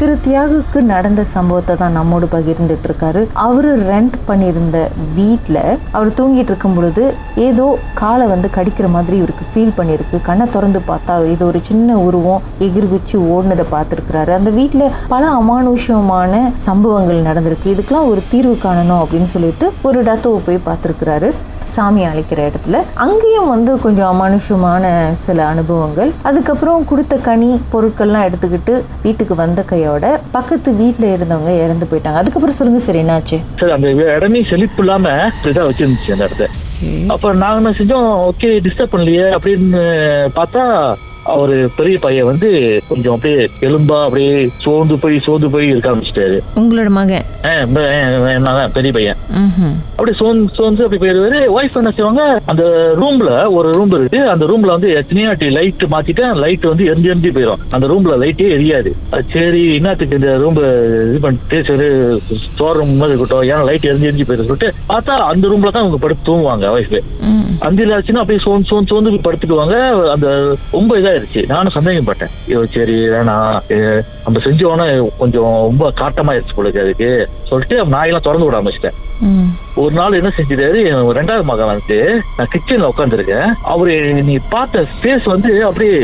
திரு தியாகுக்கு நடந்த சம்பவத்தை தான் நம்மோடு பகிர்ந்துட்டு இருக்காரு அவரு ரெண்ட் பண்ணியிருந்த வீட்டில் அவர் தூங்கிட்டு இருக்கும் பொழுது ஏதோ காலை வந்து கடிக்கிற மாதிரி இவருக்கு ஃபீல் பண்ணியிருக்கு கண்ணை திறந்து பார்த்தா இது ஒரு சின்ன உருவம் எகிர்குச்சி ஓடுனதை பார்த்துருக்கிறாரு அந்த வீட்டில் பல அமானுஷ்யமான சம்பவங்கள் நடந்திருக்கு இதுக்கெல்லாம் ஒரு தீர்வு காணணும் அப்படின்னு சொல்லிட்டு ஒரு டத்தோவை போய் பார்த்துருக்கிறாரு சாமி அழைக்கிற இடத்துல அங்கேயும் வந்து கொஞ்சம் அமானுஷமான சில அனுபவங்கள் அதுக்கப்புறம் கொடுத்த கனி பொருட்கள்லாம் எடுத்துக்கிட்டு வீட்டுக்கு வந்த கையோட பக்கத்து வீட்டில் இருந்தவங்க இறந்து போயிட்டாங்க அதுக்கப்புறம் சொல்லுங்க சரி என்னாச்சு சரி அந்த இடமே செழிப்பு இல்லாம இப்படிதான் வச்சிருந்துச்சு அந்த இடத்த அப்புறம் நாங்க என்ன செஞ்சோம் ஓகே டிஸ்டர்ப் பண்ணலையே அப்படின்னு பார்த்தா அவரு பெரிய பையன் வந்து கொஞ்சம் அப்படியே எலும்பா அப்படியே சோர்ந்து போய் சோர்ந்து போய் இருக்க ஆரம்பிச்சிட்டாரு உங்களோட மகன் ஆ, ப- ஆ, என்னதான் பெரிய பையன் ம்ஹும். அப்படியே சோர்ந்து சோர்ந்து அப்படி போயிடுவாரு ஒய்ஃப் என்ன செய்வாங்க அந்த ரூம்ல ஒரு ரூம் இருக்கு அந்த ரூம்ல வந்து எத்தனையாட்டி லைட் மாத்திட்டேன் லைட் வந்து எரிஞ்சு எரிஞ்சு போயிடும் அந்த ரூம்ல லைட்டே எரியாது அது சரி என்னத்துக்கு இந்த ரூம் இது பண்ணிட்டு சரி ஸ்டோர் ரூம் மாதிரி இருக்கட்டும் ஏன்னா லைட் எரிஞ்சு எரிஞ்சு போயிடும் சொல்லிட்டு பார்த்தா அந்த ரூம்ல தான் அவங்க படுத்து தூங்குவாங்க ஒய்ஃபு ம். அந்தில ஆச்சுன்னா அப்படியே சோன் சோன் சோர்ந்து போய் படுத்துக்குவாங்க அந்த ரொம்ப இதாயிருச்சு நானும் சந்தேகப்பட்டேன் ஐயோ சரி வேணாம் இது நம்ம செஞ்சோன்னா கொஞ்சம் ரொம்ப காட்டமாயிருச்சு போல இருக்கு அதுக்கு சொல்லிட்டு நாயெல்லாம் திறந்து விட ஆரம்பிச்சிட்டேன் ம். ஒரு நாள் என்ன செஞ்சிட்டாரு என் ரெண்டாவது மகன் வந்துட்டு நான் கிச்சன்ல உட்காந்துருக்கேன் அவரு நீ பார்த்த ஃபேஸ் வந்து அப்படியே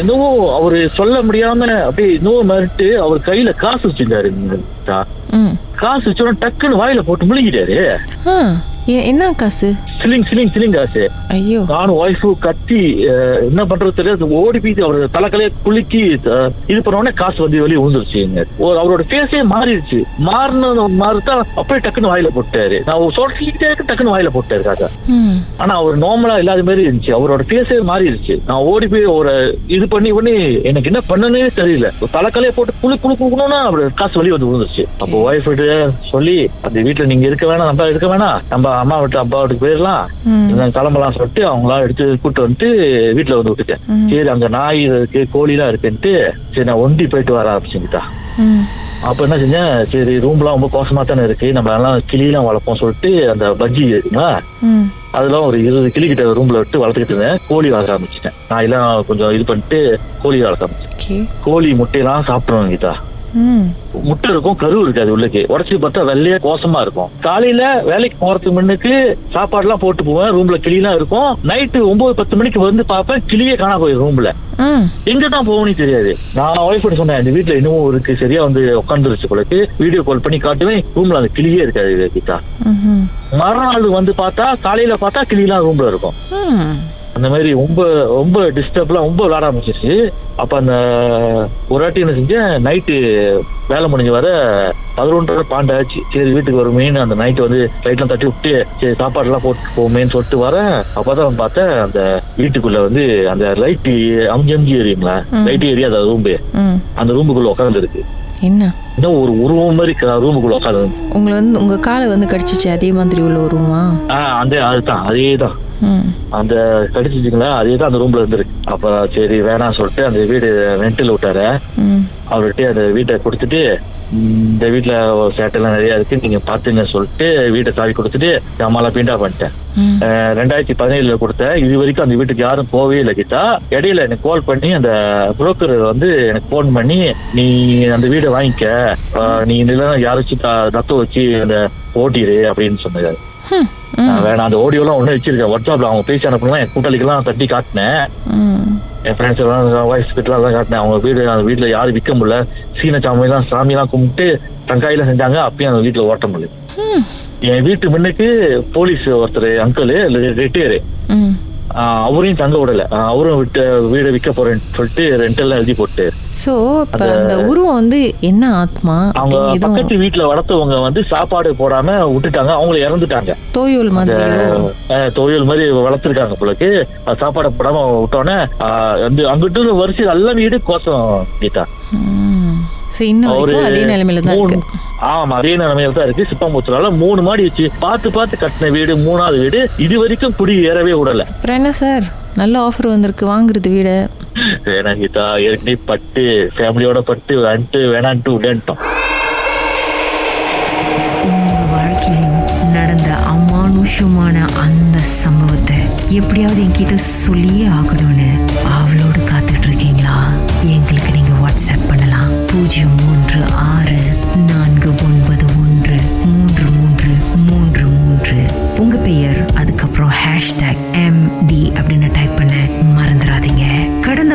என்னவோ அவரு சொல்ல முடியாம அப்படியே என்னவோ மிரட்டு அவர் கையில காசு வச்சிருந்தாரு ம் காசு வச்சோன்னா டக்குன்னு வாயில போட்டு முழுகிட்டாரு ஆ ஏ- என்ன காசு சிலிங் சிலிங் சிலிங் காசு ஐயோ நானும் ஒய்ஃபு கத்தி அஹ், என்ன பண்றது தெரியாது ஓடி போய் அவர் தலைக்கலையே குலுக்கி அஹ், இது பண்ண உடனே காசு வந்து வெளியே விழுந்துருச்சுங்க ஒரு அவரோட ஃபேஸே மாறிடுச்சு மாறின மாறுதான் அப்படியே டக்குன்னு வாயில போட்டாரு நான் சொல்லிக்கிட்டே இருக்க டக்குன்னு வாயில போட்டாரு காசா ம் ஆனா அவர் நார்மலா இல்லாத மாதிரி இருந்துச்சு அவரோட ஃபேஸே மாறிடுச்சு நான் ஓடி போய் ஒரு இது பண்ணி பண்ணி எனக்கு என்ன பண்ணனே தெரியல ஒரு தலைக்கலையை போட்டு குளு குளு குளுக்கணும்னா அவர் காசு வெளியே வந்து விழுந்துருச்சு அப்போ ஒய்ஃப் சொல்லி அந்த வீட்டுல நீங்க இருக்க வேணாம் நம்ம இருக்க வேணாம் நம்ம அம்மா விட்டு அப்பா வீட்டுக்கு போயிடலாம் நான் கிளம்பலாம் சொல்லிட்டு அவங்களா எடுத்து கூப்பிட்டு வந்துட்டு வீட்டுல வந்து விட்டுட்டேன் சரி அங்க நாய் இருக்கு கோழி எல்லாம் இருக்குன்ட்டு சரி நான் ஒண்டி போயிட்டு வர ஆரம்பிச்சுக்கிட்டா ம் அப்ப என்ன செஞ்சேன் சரி ரூம்லாம் ரொம்ப கோசமா தானே இருக்கு நம்ம எல்லாம் கிளியெல்லாம் வளர்ப்போம் சொல்லிட்டு அந்த பஜ்ஜி இருக்குங்களா ம் அதெல்லாம் ஒரு இருபது கிளி கிட்ட ரூம்ல விட்டு வளர்த்துக்கிட்டு இருந்தேன் கோழி வளர்க்க ஆரம்பிச்சிட்டேன் நான் எல்லாம் கொஞ்சம் இது பண்ணிட்டு கோழி வளர்க்க ஆரம்பிச்சேன் ஓகே கோழி முட்டையெல்லாம் சாப்பிடுவேன் கீதா ம் முட்டை இருக்கும் கரு இருக்காது உள்ளக்கு உடச்சி பார்த்தா வெள்ளையா கோசமா இருக்கும் காலையில வேலைக்கு போறதுக்கு முன்னுக்கு சாப்பாடு எல்லாம் போட்டு போவேன் ரூம்ல கிளிலாம் இருக்கும் நைட்டு ஒன்பது பத்து மணிக்கு வந்து பார்ப்பேன் கிளியே காணா போயிடும் ரூம்ல ம் எங்க தான் போகணும்னு தெரியாது நான் ஒய்ஃப் சொன்னேன் இந்த வீட்டுல இன்னமும் இருக்கு சரியா வந்து உட்காந்துருச்சு போலக்கு வீடியோ கால் பண்ணி காட்டுவேன் ரூம்ல அந்த கிளியே இருக்காது கீதா ம்ஹும். மறுநாள் வந்து பார்த்தா காலையில பார்த்தா கிளிலாம் ரூம்ல இருக்கும் ம் அந்த மாதிரி ரொம்ப ரொம்ப டிஸ்டர்ப்லாம் ரொம்ப விளாட ஆரம்பிச்சிருச்சு அப்போ அந்த ஒரு வாட்டி என்ன செஞ்சேன் நைட்டு வேலை முடிஞ்சு வர பதினொன்றரை பாண்டாச்சு சரி வீட்டுக்கு வருமேன்னு அந்த நைட்டு வந்து லைட்லாம் தட்டி விட்டு சரி சாப்பாடுலாம் போட்டு போவோமேன்னு சொல்லிட்டு வரேன் அப்போ தான் பார்த்தேன் அந்த வீட்டுக்குள்ள வந்து அந்த லைட் அமுஞ்சு அமுஞ்சு ஏரியுங்களா லைட் ஏரியா அந்த ரூம்பு ம் அந்த ரூமுக்குள்ள உட்காந்துருக்கு என்ன இன்னும் ஒரு உருவம் மாதிரி ரூமுக்குள்ள உட்காந்து உங்களை வந்து உங்கள் காலை வந்து கடிச்சிச்சு அதே மாதிரி உள்ள வருமா ஆ அந்த அதுதான் அதே தான் ம் அந்த கடிச்சிச்சுங்களா அதே தான் அந்த ரூம்ல இருந்திருக்கு அப்ப சரி வேணாம் சொல்லிட்டு அந்த வீடு ரெண்டில் விட்டாரு ம் அவர்கிட்ட அந்த வீட்டை கொடுத்துட்டு "ம், இந்த வீட்டுல சேட்டெல்லாம் நிறைய இருக்கு நீங்க பாத்துங்க சொல்லிட்டு வீட்டை சாவி கொடுத்துட்டு ஜமாலா பீண்டா பண்ணிட்டேன் ம் அஹ், ரெண்டாயிரத்தி பதினேழுல கொடுத்தேன் இது வரைக்கும் அந்த வீட்டுக்கு யாரும் போவே இல்லை கிட்டா இடையில எனக்கு கால் பண்ணி அந்த புரோக்கர் வந்து எனக்கு ஃபோன் பண்ணி நீ அந்த வீடை வாங்கிக்க அஹ், நீ இதெல்லாம் யாரும் வச்சு த- தத்து வச்சு அந்த ஓட்டிடு அப்படின்னு சொன்னாரு ஹம், ம் நான் வேணாம் அந்த ஆடியோ எல்லாம் ஒண்ணு வச்சிருக்கேன் வாட்ஸ்அப்ல அவங்க பேசி அனுப்பலாம் என் கூட்டாளிக்கெல்லாம் தட்டி காட்டினேன் ம் என் ஃப்ரெண்ட்ஸ் எல்லாம் வாய்ஸ் கிட்ட எல்லாம் காட்டினேன் அவங்க வீடு அந்த வீட்டுல யாரும் விற்க முடியல சீன சாமி எல்லாம் சாமி எல்லாம் கும்பிட்டு தங்காயில செஞ்சாங்க அப்பயும் அந்த வீட்டுல ஓட்ட முடியல ஹம், என் வீட்டு முன்னுக்கு போலீஸ் ஒருத்தர் அங்கிள் ரிட்டையர் ம் அவரையும் தங்க விடல ஆஹ் அவரும் விட்டு வீடை விற்க போறேன்னு சொல்லிட்டு ரெண்டெல்லாம் எழுதி போட்டு ஸோ இப்போ அந்த உருவம் வந்து என்ன ஆத்மா அவங்க அப்படின்னு எதுவும் பக்கத்து வீட்டுல வளர்த்தவங்க வந்து சாப்பாடு போடாம விட்டுட்டாங்க அவங்கள இறந்துட்டாங்க தோயோல் மாதிரியோ அஹ் தொழில் மாதிரி வளர்த்துருக்காங்க போலக்கு அது சாப்பாடு போடாம விட்டோன்னே அஹ் வந்து அங்கிட்டு வரிசை எல்லாம் வீடு கோசம் கீதா ம் ஸோ இன்னும் வரைக்கும் அதே நிலைமையில தான் மூணு இருக்கு ஆமா அதே நிலைமையில தான் இருக்கு சிப்பாம்பூத்தூர்ல மூணு மாடி வச்சு பார்த்து பார்த்து கட்டின வீடு மூணாவது வீடு இது வரைக்கும் குடி ஏறவே விடல அப்புறம் என்ன சார் நல்ல ஆஃபர் வந்திருக்கு வாங்குறது வீடை வேணாம் கீதா ஏற்கனவே பட்டு ஃபேமிலியோட பட்டு வேண்டான்ட்டு வேணான்ட்டு விடேன்ட்டோம் உங்க வாழ்க்கையிலும் நடந்த அமானுஷமான அந்த சம்பவத்தை எப்படியாவது என்கிட்ட சொல்லியே ஆகணும்னு ஆவலோடு காத்துட்டு இருக்கீங்களா எங்களுக்கு நீங்க வாட்ஸ்அப் பண்ணலாம் பூஜ்ஜியம் மூன்று கடந்த